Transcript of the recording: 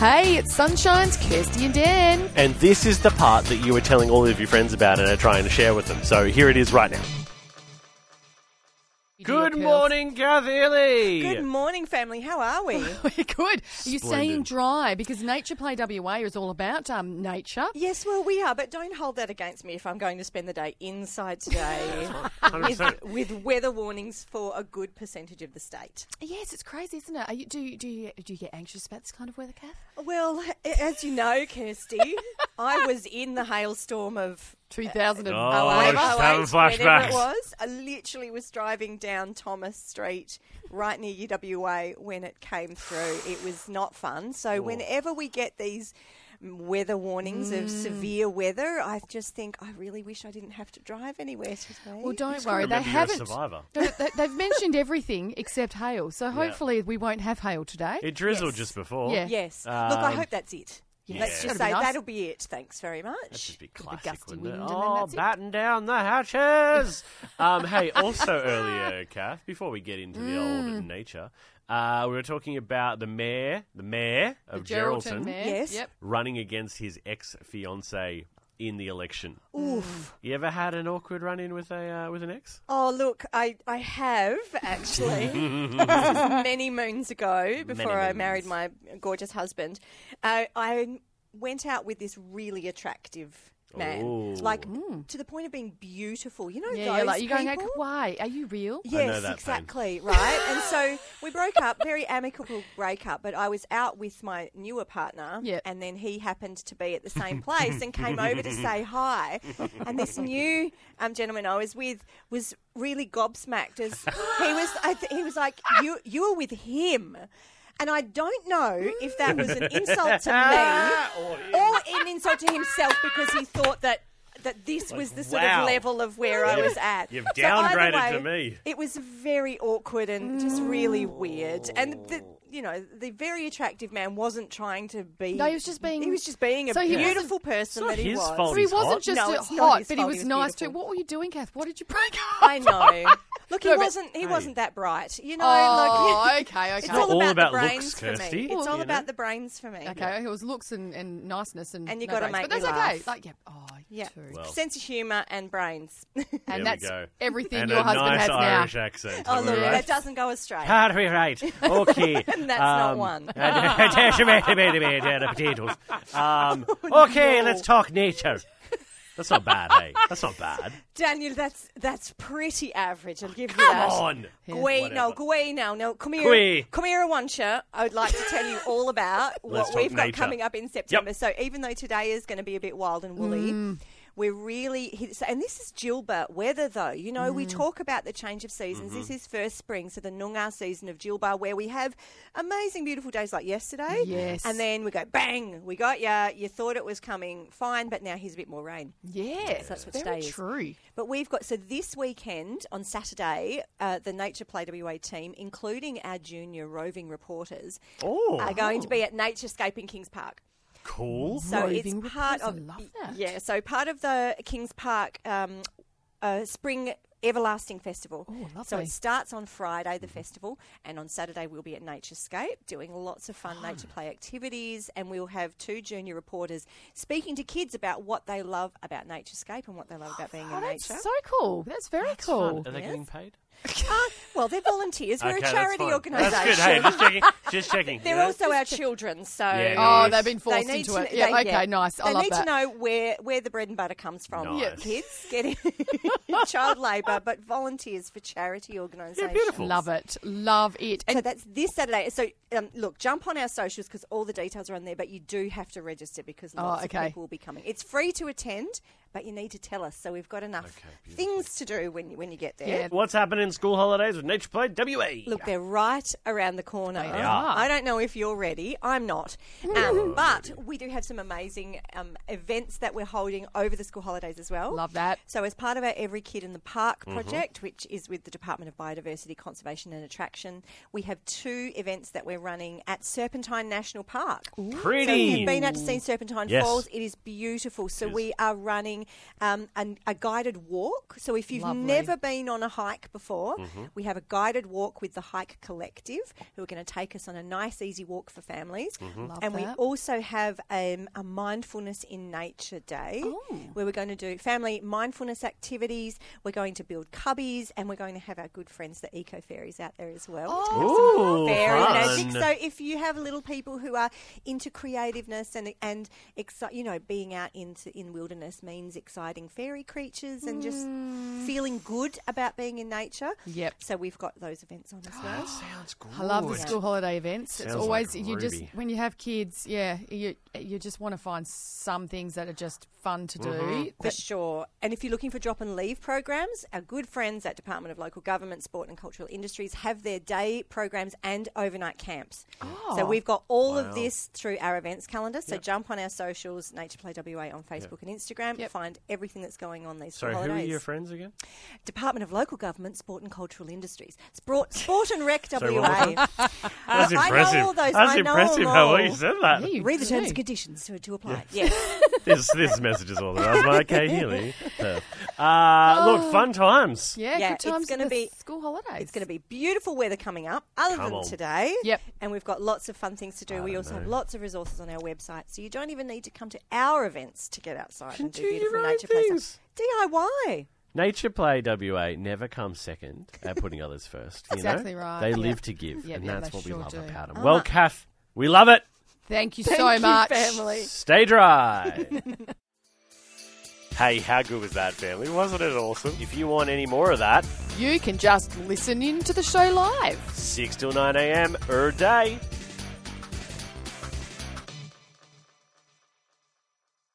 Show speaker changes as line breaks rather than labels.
Hey, it's Sunshine's Kirsty and Dan.
And this is the part that you were telling all of your friends about and are trying to share with them. So here it is right now. Good morning, Gavili.
Good morning, family. How are we?
We're good. Are you staying
Splendid.
dry? Because Nature Play WA is all about um, nature.
yes, well, we are, but don't hold that against me if I'm going to spend the day inside today with,
100%.
with weather warnings for a good percentage of the state.
Yes, it's crazy, isn't it? Are you, do, you, do, you, do you get anxious about this kind of weather, Kath?
Well, a- as you know, Kirsty, I was in the hailstorm of.
2000 and
Oh,
Wave
she's
Highways,
having
Whenever
flashbacks.
it was, I literally was driving down Thomas Street right near UWA when it came through. It was not fun. So whenever we get these weather warnings of
Mm.
severe weather, I just think I really wish I didn't have to drive anywhere today.
Well, don't worry. They
remember you're a
haven't.
survivor.
They- they- They've mentioned everything except hail, so hopefully we won't have hail today.
It drizzled
Yes.
just before.
Yeah.
yes. Look, I
Um,
hope that's it.
yeah.
Let's
That'll be
just say
nice.
that'll be it. Thanks very
That's
much.
just be
With a
classic,
gusty
wouldn't
wind
it?
and then
oh,
that's it.
batten down the hatches. um, hey, also earlier, Kath, before we get into the
Mm.
old nature, uh, we were talking about the mayor, the mayor of Geraldton,
mayor.
Yes.
Yep.
running against his ex fiancee in the election.
Oof.
You ever had an awkward run in with a uh, with an ex?
Oh, look, I, I have actually. This was many moons ago, before I
moons.
married my gorgeous husband. Uh, I went out with this really attractive man.
Ooh.
Like, to the point of being beautiful. You know,
Yeah,
those
you're like, you're going,
people?
like, why? Are you real?
I know
Yes,
that pain.
exactly. Right. And so we broke up, very amicable breakup, but I was out with my newer partner.
Yep.
And then he happened to be at the same place and came over to say hi. And this new um, gentleman I was with was really gobsmacked as he was, I th- he was like, you, you were with him. And I don't know if that was an insult to me or an insult to himself because he thought that. That this was the sort
wow.
of level of where I
You've-
was at.
you've
So either
downgraded to me.
it was very awkward and just really weird. And the,
Oh.
you know, the very attractive man wasn't trying to be.
No, he was just being-
He was just being a
So he wasn't-
beautiful person
not
that he
his
was.
fault
But he
He's
wasn't
hot.
just
No,
uh,
it's not
hot,
his
but he
fault.
was,
He was
nice too.
beautiful.
What were you doing, Kath? What did you break up?
I know. Look, he
No, but-
wasn't. He wasn't that bright. You know.
Oh,
like,
okay, okay.
It's
not
all,
all
about,
about
the
looks,
brains for
Kirsty,
me. It's
you
all
know.
about the brains for me.
Okay, it was looks and, and niceness and
And you
no
gotta
brains. but that's
make me
okay.
laugh.
Like, yeah, oh, you
Yeah.
too.
Well,
Sense of humour and brains.
there we
and that's
go.
everything
and
your
a
husband
nice
has
Irish
now.
accent.
oh
am I
look,
right?
that doesn't go astray.
Hard we right. Okay. um,
That's not one.
potatoes. Um,
Oh,
okay, let's talk nature. That's not bad, eh? That's not bad.
Daniel, that's that's pretty average. I'll give you
Come
that.
on.
Gwee, no,
Whatever.
Gwee, now, no, come here,
Gwee.
come here, Awansha. I would like to tell you all about
Let's
what
talk
we've got
nature.
coming up in September. So even though today is going to be a bit wild and woolly, we're really so- and this is Jilba weather though. You know, we talk about the change of seasons.
Mm-hmm.
This is first spring, so the Noongar season of Jilba, where we have amazing, beautiful days like yesterday.
Yes.
and then we go bang, we got ya. You thought it was coming fine, but now here's a bit more rain.
Yes, that's
what
very
today is.
true.
But we've got so this weekend on Saturday, uh, the Nature Play WA team, including our junior roving reporters,
Oh,
are going to be at Naturescape in Kings Park.
cool.
So
Roving
it's part
reporters, I
of
love that.
yeah. So part of the Kings Park um, uh, Spring Everlasting Festival.
Oh,
So
lovely.
it starts on Friday, the festival, and on Saturday we'll be at Naturescape doing lots of fun nature play activities, and we'll have two junior reporters speaking to kids about what they love about Naturescape and what they love about being
Oh,
in
that's
nature.
so cool. That's very cool.
Are they
Yes.
getting paid?
Ah, well, they're volunteers. We're
okay,
a
that's
charity
fine. That's good. Hey,
organisation.
just checking. Just checking.
They're
Yeah.
also our children, so
Yeah, no,
Oh,
Nice.
they've been forced
they need
into
to,
it. Yeah,
they-
okay, nice.
They
I love
need
that.
to know where, where the bread and butter comes from.
Nice.
Kids getting child labour, but volunteers for charity organisations.
beautiful.
Love it. Love it.
So
And
that's this Saturday. So um, look, jump on our socials because all the details are on there. But you do have to register because lots
Oh, okay.
of people will be coming. It's free to attend, but you need to tell us so we've got enough things to do when when you get there.
Yeah,
What's happening in school holidays with Nature Play WA?
Look, they're right around the corner.
are.
I don't know if you're ready. I'm not. Um, but we do have some amazing um, events that we're holding over the school holidays as well.
Love that.
So, as part of our Every Kid in the Park project, which is with the Department of Biodiversity, Conservation and Attraction, we have two events that we're running at Serpentine National Park. So if
Pretty.
you've been out to see Serpentine
Yes.
Falls. It is beautiful. So we are running doing um, an, a guided walk. So if you've
Lovely.
never been on a hike before, we have a guided walk with the Hike Collective, who are going to take us on a nice, easy walk for families.
Love
and we
that.
also have um, a mindfulness in nature day
Oh.
where we're going to do family mindfulness activities. We're going to build cubbies, and we're going to have our good friends, the eco fairies, out there as well.
Oh,
to have some
Ooh,
fairy
fun.
magic. So if you have little people who are into creativeness and and exci- you know being out into in wilderness means exciting fairy creatures and just
Hmm.
feeling good about being in nature.
Yep.
So we've got those events on as well.
That sounds good.
I love the school holiday events. it's
Sounds
always
like
you just
Ruby.
when you have kids, yeah, you you just want to find some things that are just fun to do.
For
Mm-hmm.
But
sure. And if you're looking for drop and leave programs, our good friends at Department of Local Government, Sport and Cultural Industries have their day programs and overnight camps.
Oh.
So we've got all of this through our events calendar. So jump on our socials, Nature Play WA on Facebook and Instagram,
Yep.
find everything that's going on these
Sorry, who
holidays.
are your friends again?
Department of Local Government, Sport and Cultural Industries. Sport, Sport and Rec WA.
Sorry, what was That's
I know
impressive.
all those.
That's
I know
impressive
them
how
all.
well you said that.
yeah, you
Read the
do.
terms and conditions to, to apply. Yes.
this this message is all about Mike Healy. Uh, look, fun times.
Yeah,
Oh. Yeah,
good
it's
times.
gonna
going to
be-
school holidays.
It's going to be beautiful weather coming up, other
Come
than
on.
today.
Yep.
And we've got lots of fun things to do. we also have lots of resources on our website, so you don't even need to come to our events to get outside
Can
and do,
do your
beautiful
own
nature
things.
places. DIY.
Nature Play WA never comes second at putting others first. You
Exactly
know?
right.
They
Yep.
live to give,
Yep,
and
yeah,
that's
they
what we
sure
love
do.
about
Uh-huh.
them. Well, Kath, we love it.
Thank you so
Thank you,
much,
family.
Stay dry. hey, how good was that, family? Wasn't it awesome? If you want any more of that,
You can just listen in to the show live.
6 till 9 a.m. er day.